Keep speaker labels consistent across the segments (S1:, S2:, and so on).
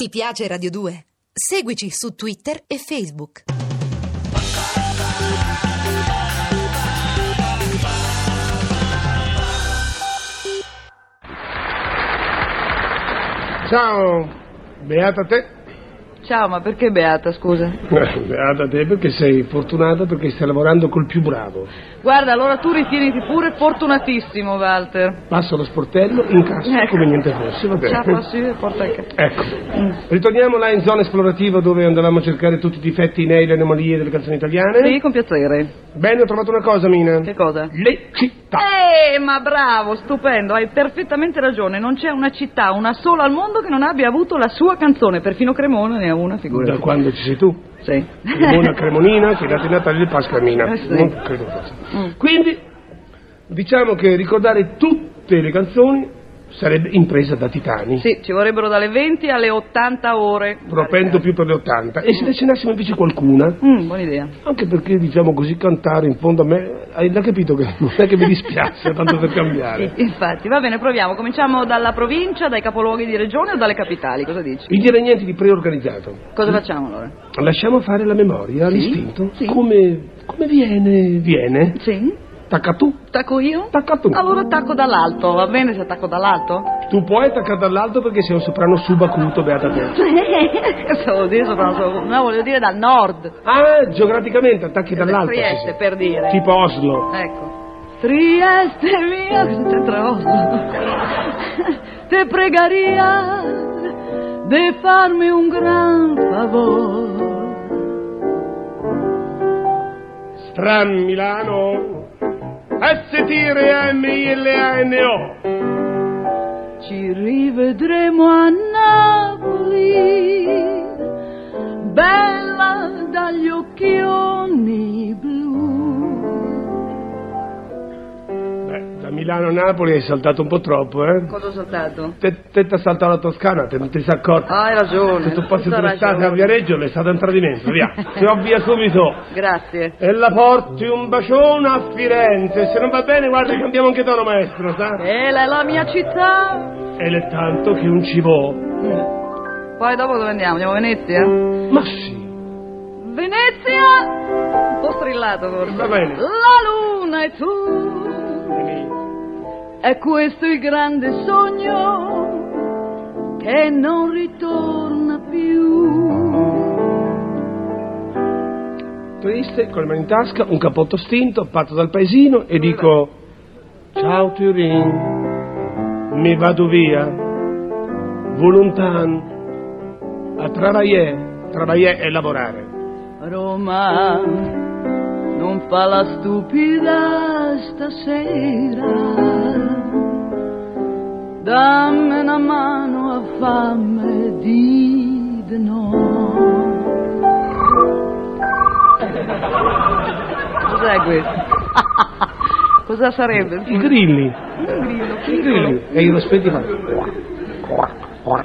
S1: Ti piace Radio 2? Seguici su Twitter e Facebook.
S2: Ciao, beata te.
S3: Ciao, ma perché Beata, scusa?
S2: Eh, Beata te perché sei fortunata perché stai lavorando col più bravo.
S3: Guarda, allora tu ritieniti pure fortunatissimo, Walter.
S2: Passa lo sportello, incasso
S3: Ecco.
S2: come niente fosse, va bene.
S3: Ciao, sì, porta a casa.
S2: Ecco,
S3: Mm.
S2: ritorniamo là in zona esplorativa dove andavamo a cercare tutti i difetti, i nei, le anomalie delle canzoni italiane.
S3: Sì, con piacere.
S2: Bene, ho trovato una cosa, Mina.
S3: Che cosa?
S2: Le città.
S3: Eh, ma bravo, stupendo, hai perfettamente ragione. Non c'è una città, una sola al mondo che non abbia avuto la sua canzone. Perfino Cremona ne ha una, figurati.
S2: Da quando ci sei tu?
S3: Sì.
S2: Cremona Cremonina, che è data in Natale del Pasqua Mina.
S3: Eh sì.
S2: Non credo fosse.
S3: Mm.
S2: Quindi, diciamo che ricordare tutte le canzoni sarebbe impresa da titani.
S3: Sì, ci vorrebbero dalle 20 alle 80 ore. Eh,
S2: Propendo più per le 80. E se ne cenassimo invece qualcuna?
S3: Mm, buona idea.
S2: Anche perché, diciamo così, cantare in fondo a me... Hai l'ha capito che non è che mi dispiace tanto per cambiare.
S3: Sì, infatti, va bene, proviamo. Cominciamo dalla provincia, dai capoluoghi di regione o dalle capitali, cosa dici?
S2: Vi direi niente di preorganizzato.
S3: Cosa facciamo allora?
S2: Lasciamo fare la memoria,
S3: Sì,
S2: l'istinto.
S3: sì.
S2: Come, come viene, viene.
S3: Sì.
S2: Tacca tu.
S3: Tacco io?
S2: Tacca tu.
S3: Allora tacco dall'alto, va bene se attacco dall'alto?
S2: Tu puoi attaccare dall'alto perché sei un soprano subacuto, beata te.
S3: Stavo dire soprano, soprano, no, volevo dire dal nord.
S2: Ah, geograficamente attacchi dall'alto. sì,
S3: Trieste,
S2: sì.
S3: per dire.
S2: Tipo Oslo.
S3: Ecco. Trieste mia, c'entra Oslo. Te pregaria de farmi un gran favore.
S2: Stran Milano. S-T-R-M-I-L-A-N-O.
S3: Ci rivedremo a Napoli, bella dagli occhioni blu.
S2: Beh, da Milano a Napoli hai saltato un po' troppo, eh?
S3: Cosa ho saltato?
S2: Te, te t'ha saltato la Toscana, te non ti sei accorto.
S3: Ah, hai ragione.
S2: Se tu passi
S3: tutta
S2: dall'estate a
S3: ragione.
S2: Viareggio è stato un tradimento, via. Ti ho via subito.
S3: Grazie.
S2: E la porti un bacione a Firenze. Se non va bene, guarda, che cambiamo anche tono, maestro, sa?
S3: Quella è la mia città.
S2: E l'è tanto che un cibo.
S3: Poi dopo dove andiamo? Andiamo a Venezia?
S2: Ma sì.
S3: Venezia! Un po' strillato forse.
S2: Va bene.
S3: La luna e tu. È questo il grande sogno che non ritorna più.
S2: Triste, con le mani in tasca, un cappotto stinto, parto dal paesino e dico... Ciao Turin, mi vado via, volontan, a travagliare, travagliare è lavorare.
S3: Roma non fa la stupida stasera. Dammi una mano a fame di no. Cos'è questo? Cosa
S2: I
S3: sarebbe?
S2: grilli, i grilli. E io lo spenti fa...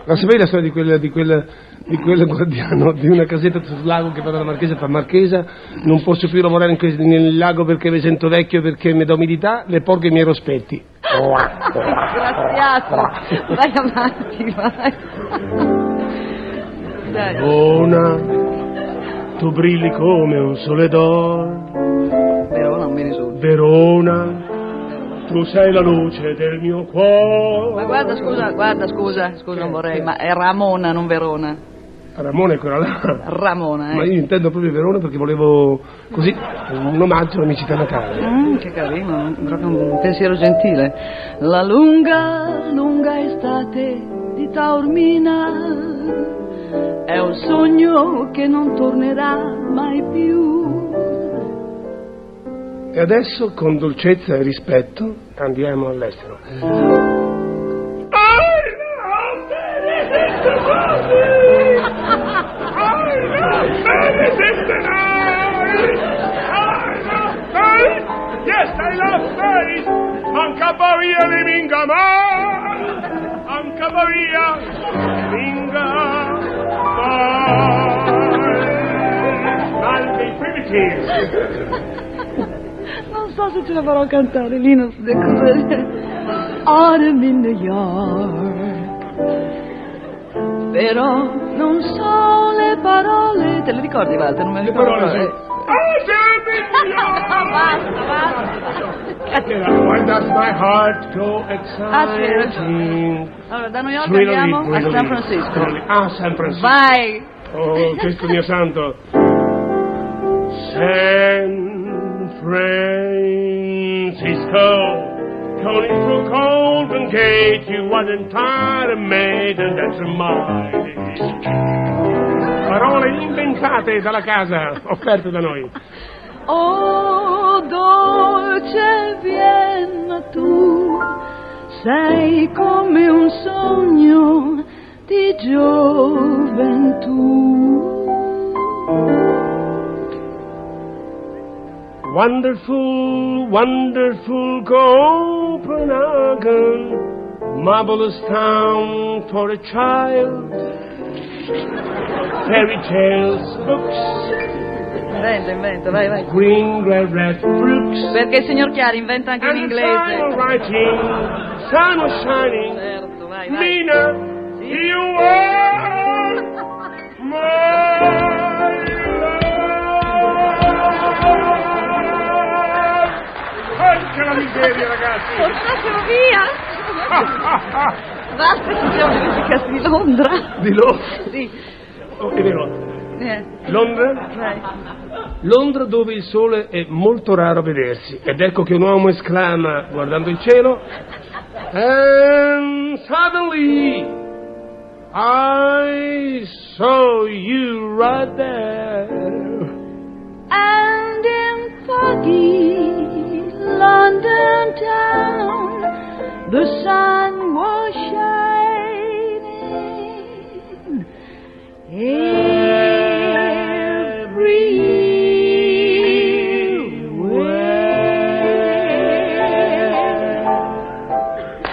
S2: La sapevi la storia di quel, di quel- di quel guardiano di una casetta sul lago che va dalla Marchesa e fa Marchesa, non posso più lavorare in quel- nel lago perché mi sento vecchio, perché mi do umidità, le porgo i miei rospetti.
S3: Graziato. Vai avanti, vai. Dai.
S2: Bona, tu brilli come un sole d'oro.
S3: Però non me ne sono.
S2: Verona, tu sei la luce del mio cuore.
S3: Ma guarda, scusa, guarda, scusa, scusa, non vorrei, ma è Ramona, non Verona.
S2: Ramone è quella là.
S3: Ramona,
S2: Ma
S3: eh.
S2: io intendo proprio Verona perché volevo così un omaggio all'amicizia natale.
S3: Mm, che carino, un- proprio un pensiero gentile. La lunga, lunga estate di Taormina è un sogno che non tornerà mai più.
S2: E adesso con dolcezza e rispetto andiamo all'estero.
S4: Yes, I love Paris. Anca Maria di Minga ma. Anca Maria Minga ma. I'll be primitive.
S3: Non so se ce la farò cantare, Linus, le cose. I'm in New York. però non so le parole. Te le ricordi, Walter? Non me le, ricordo. Eh.
S2: parole, Ah, sì.
S3: Basta, basta.
S2: Where does my heart go
S3: Aspetta,
S2: exciting?
S3: Allora, da New York
S2: Guido lì,
S3: andiamo a
S2: Guido
S3: San
S2: lì.
S3: Francisco.
S2: Ah, San Francisco.
S3: Vai!
S2: Oh, Cristo mio santo. San
S4: Francisco, coning through Golden Gate, you wasn't tired of maiden that's mine.
S2: Parole inventate dalla casa, offerte da noi.
S3: Oh, dolce Vienna tu, sei come un sogno di gioventù.
S2: Wonderful, wonderful Copenhagen, marvelous town for a child. Fairy tales, books,
S3: Inventa, inventa, vai, vai.
S2: green, red, red brooks,
S3: Perché il signor Chiari inventa anche in
S2: and the time of
S3: inglese.
S2: writing, sun was shining.
S3: Certo, vai, vai.
S2: Nina, you are my
S4: Porca la miseria, ragazzi!
S3: Portatelo via! Basta che siamo venuti di Londra.
S2: Di Londra.
S3: Sì,
S2: Oh, è vero.
S3: eh,
S2: Londra?
S3: vai.
S2: Londra dove il sole è molto raro a vedersi. Ed ecco che un uomo esclama, guardando il cielo, And suddenly I saw you right there.
S3: And in foggy London town, the sun was shining. Everywhere.